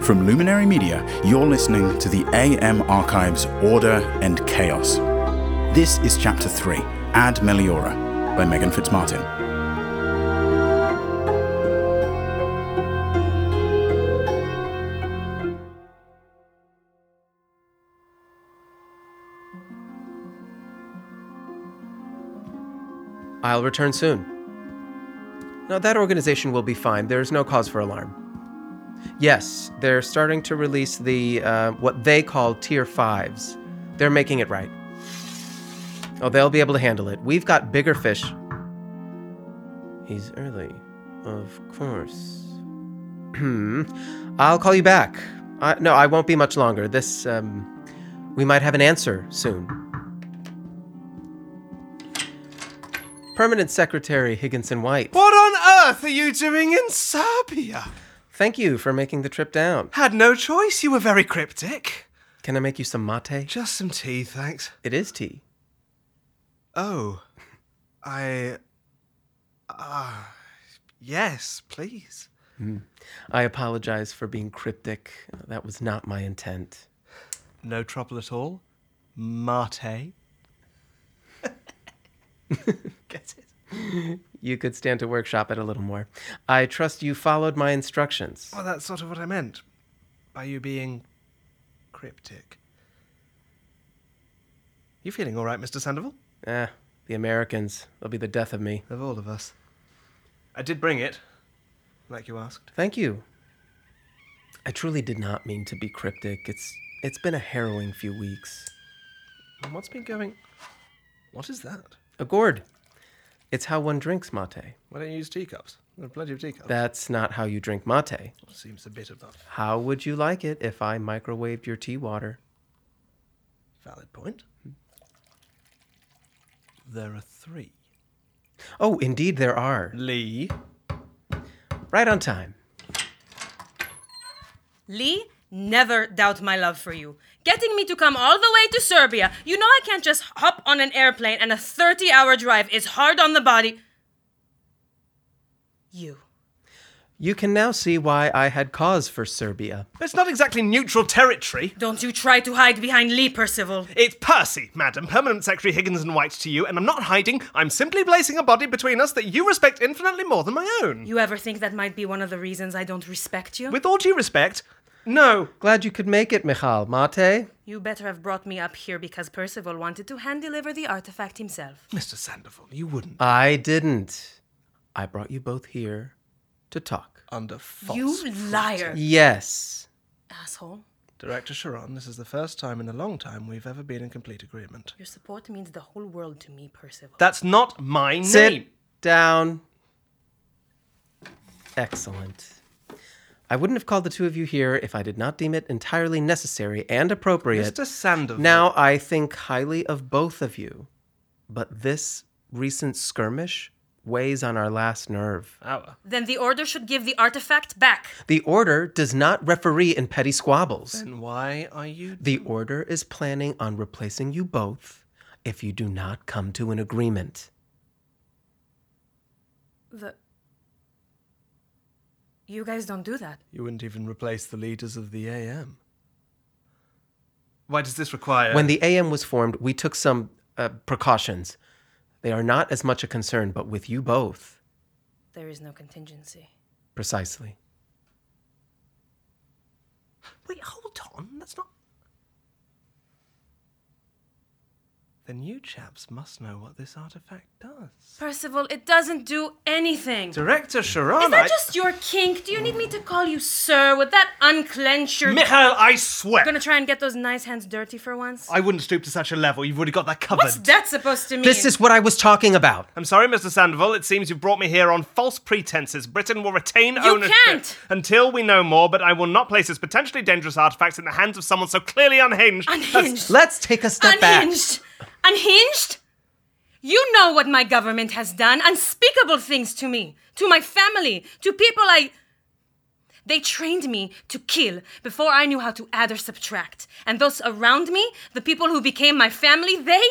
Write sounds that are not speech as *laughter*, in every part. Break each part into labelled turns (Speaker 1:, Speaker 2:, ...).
Speaker 1: From Luminary Media, you're listening to the AM Archives Order and Chaos. This is Chapter 3 Ad Meliora by Megan Fitzmartin.
Speaker 2: I'll return soon. No, that organization will be fine. There's no cause for alarm. Yes, they're starting to release the uh, what they call tier fives. They're making it right. Oh, they'll be able to handle it. We've got bigger fish. He's early, of course. *clears throat* Hmm. I'll call you back. I, no, I won't be much longer. This, um, we might have an answer soon. Permanent Secretary Higginson White.
Speaker 3: What on earth are you doing in Serbia?
Speaker 2: Thank you for making the trip down.
Speaker 3: Had no choice, you were very cryptic.
Speaker 2: Can I make you some mate?
Speaker 3: Just some tea, thanks.
Speaker 2: It is tea.
Speaker 3: Oh, I. Ah. yes, please.
Speaker 2: I apologize for being cryptic. That was not my intent.
Speaker 3: No trouble at all. Mate. Get it?
Speaker 2: You could stand to workshop it a little more. I trust you followed my instructions.
Speaker 3: Well, Oh, that's sort of what I meant by you being cryptic. You feeling all right, Mr. Sandoval?
Speaker 2: Eh, the Americans. They'll be the death of me.
Speaker 3: Of all of us. I did bring it, like you asked.
Speaker 2: Thank you. I truly did not mean to be cryptic. It's it's been a harrowing few weeks.
Speaker 3: And What's been going. What is that?
Speaker 2: A gourd. It's how one drinks mate.
Speaker 3: Why don't you use teacups? There are plenty of teacups.
Speaker 2: That's not how you drink mate.
Speaker 3: seems a bit of a
Speaker 2: How would you like it if I microwaved your tea water?
Speaker 3: valid point. There are three.
Speaker 2: Oh, indeed there are.
Speaker 3: Lee.
Speaker 2: Right on time.
Speaker 4: Lee, never doubt my love for you. Getting me to come all the way to Serbia, you know I can't just hop on an airplane and a 30 hour drive is hard on the body. You.
Speaker 2: You can now see why I had cause for Serbia.
Speaker 3: It's not exactly neutral territory.
Speaker 4: Don't you try to hide behind Lee, Percival.
Speaker 3: It's Percy, Madam Permanent Secretary Higgins and White to you, and I'm not hiding. I'm simply placing a body between us that you respect infinitely more than my own.
Speaker 4: You ever think that might be one of the reasons I don't respect you?
Speaker 3: With all due respect, no.
Speaker 2: Glad you could make it, Michal. Mate?
Speaker 4: you better have brought me up here because Percival wanted to hand deliver the artifact himself.
Speaker 3: Mr. Sandoval, you wouldn't.
Speaker 2: I didn't. I brought you both here to talk.
Speaker 3: Under false.
Speaker 4: you liar,
Speaker 2: Yes.
Speaker 4: asshole.
Speaker 3: Director Sharon, this is the first time in a long time we've ever been in complete agreement.
Speaker 4: Your support means the whole world to me, Percival.
Speaker 3: That's not my
Speaker 2: Sit
Speaker 3: name.
Speaker 2: down. Excellent. I wouldn't have called the two of you here if I did not deem it entirely necessary and appropriate.
Speaker 3: Mr. Sandoval.
Speaker 2: Now I think highly of both of you, but this recent skirmish weighs on our last nerve.
Speaker 3: Our.
Speaker 4: then the order should give the artifact back.
Speaker 2: The Order does not referee in petty squabbles.
Speaker 3: Then why are you.
Speaker 2: The Order is planning on replacing you both if you do not come to an agreement.
Speaker 4: The. You guys don't do that.
Speaker 3: You wouldn't even replace the leaders of the AM. Why does this require.
Speaker 2: When the AM was formed, we took some uh, precautions. They are not as much a concern, but with you both,
Speaker 4: There is no contingency.
Speaker 2: precisely.
Speaker 3: Wait, hold on. That's not. Then you chaps must know what this artifact does.
Speaker 4: Percival, it doesn't do anything.
Speaker 3: Director Sharon.
Speaker 4: is that just your kink? Do you need me to call you sir? Would that unclench your.
Speaker 3: Michael, I swear.
Speaker 4: I'm gonna try and get those nice hands dirty for once.
Speaker 3: I wouldn't stoop to such a level. You've already got that covered.
Speaker 4: What's that supposed to mean?
Speaker 2: This is what I was talking about.
Speaker 3: I'm sorry, Mr. Sandoval. It seems you brought me here on false pretenses. Britain will retain ownership
Speaker 4: can't.
Speaker 3: until we know more, but I will not place this potentially dangerous artifact in the hands of someone so clearly unhinged. as-
Speaker 4: Unhinged.
Speaker 2: Let's take a step
Speaker 4: Unhinged. Unhinged? You know what my government has done. Unspeakable things to me, to my family, to people I. They trained me to kill before I knew how to add or subtract. And those around me, the people who became my family, they.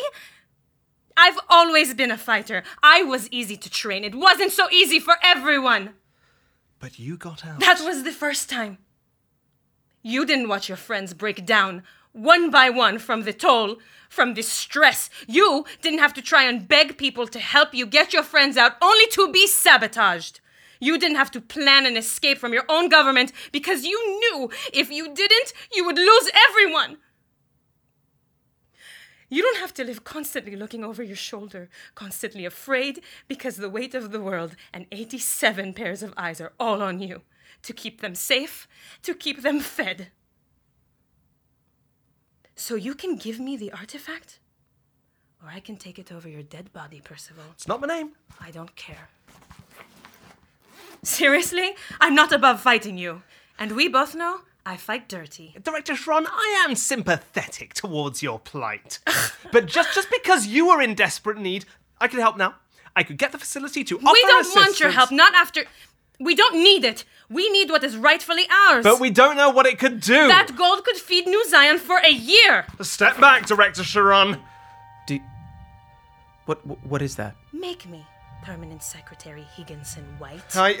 Speaker 4: I've always been a fighter. I was easy to train. It wasn't so easy for everyone.
Speaker 3: *laughs* But you got out.
Speaker 4: That was the first time. You didn't watch your friends break down one by one from the toll, from the stress. You didn't have to try and beg people to help you get your friends out only to be sabotaged. You didn't have to plan an escape from your own government because you knew if you didn't, you would lose everyone. You don't have to live constantly looking over your shoulder, constantly afraid because the weight of the world and 87 pairs of eyes are all on you to keep them safe, to keep them fed. So you can give me the artifact? Or I can take it over your dead body, Percival.
Speaker 3: It's not my name.
Speaker 4: I don't care. Seriously? I'm not above fighting you. And we both know I fight dirty.
Speaker 3: Director Schron, I am sympathetic towards your
Speaker 4: *laughs*
Speaker 3: plight. but just just because you are in desperate need, I can help now. I could get the facility to offer
Speaker 4: we don't want your
Speaker 3: assistance,
Speaker 4: help, not after. We don't need it. We need what is rightfully ours.
Speaker 3: But we don't know what it could do.
Speaker 4: That gold could feed New Zion for a year.
Speaker 3: Step back, Director Sharon.
Speaker 2: Do what? What, what is that?
Speaker 4: Make me Permanent Secretary Higginson White.
Speaker 3: I.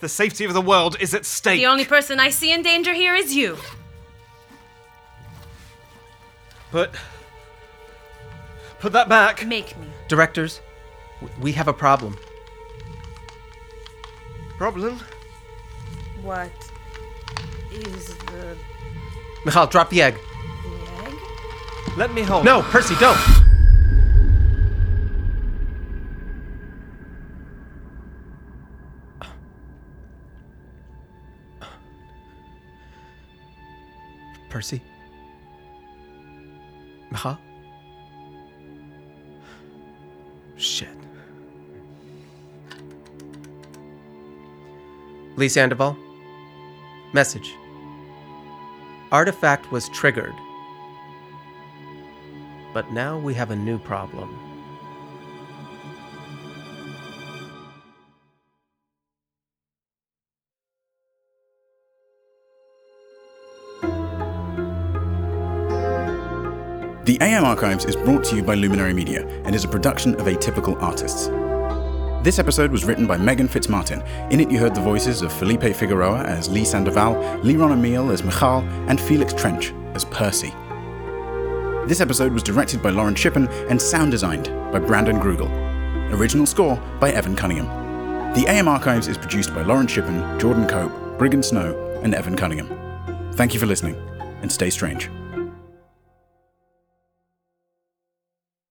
Speaker 3: The safety of the world is at stake.
Speaker 4: The only person I see in danger here is you.
Speaker 3: Put. Put that back.
Speaker 4: Make me.
Speaker 2: Directors, w- we have a problem.
Speaker 3: Problem?
Speaker 4: What is the
Speaker 2: Michal, drop the egg.
Speaker 4: egg?
Speaker 3: Let me hold.
Speaker 2: No, Percy, don't. Percy? Michal? Shit. Lee Sandoval? Message. Artifact was triggered. But now we have a new problem.
Speaker 1: The AM Archives is brought to you by Luminary Media and is a production of Atypical Artists. This episode was written by Megan Fitzmartin. In it, you heard the voices of Felipe Figueroa as Lee Sandoval, Liron Emil as Michal, and Felix Trench as Percy. This episode was directed by Lauren Shippen and sound designed by Brandon Grugel. Original score by Evan Cunningham. The AM Archives is produced by Lauren Shippen, Jordan Cope, Brigham Snow, and Evan Cunningham. Thank you for listening, and stay strange.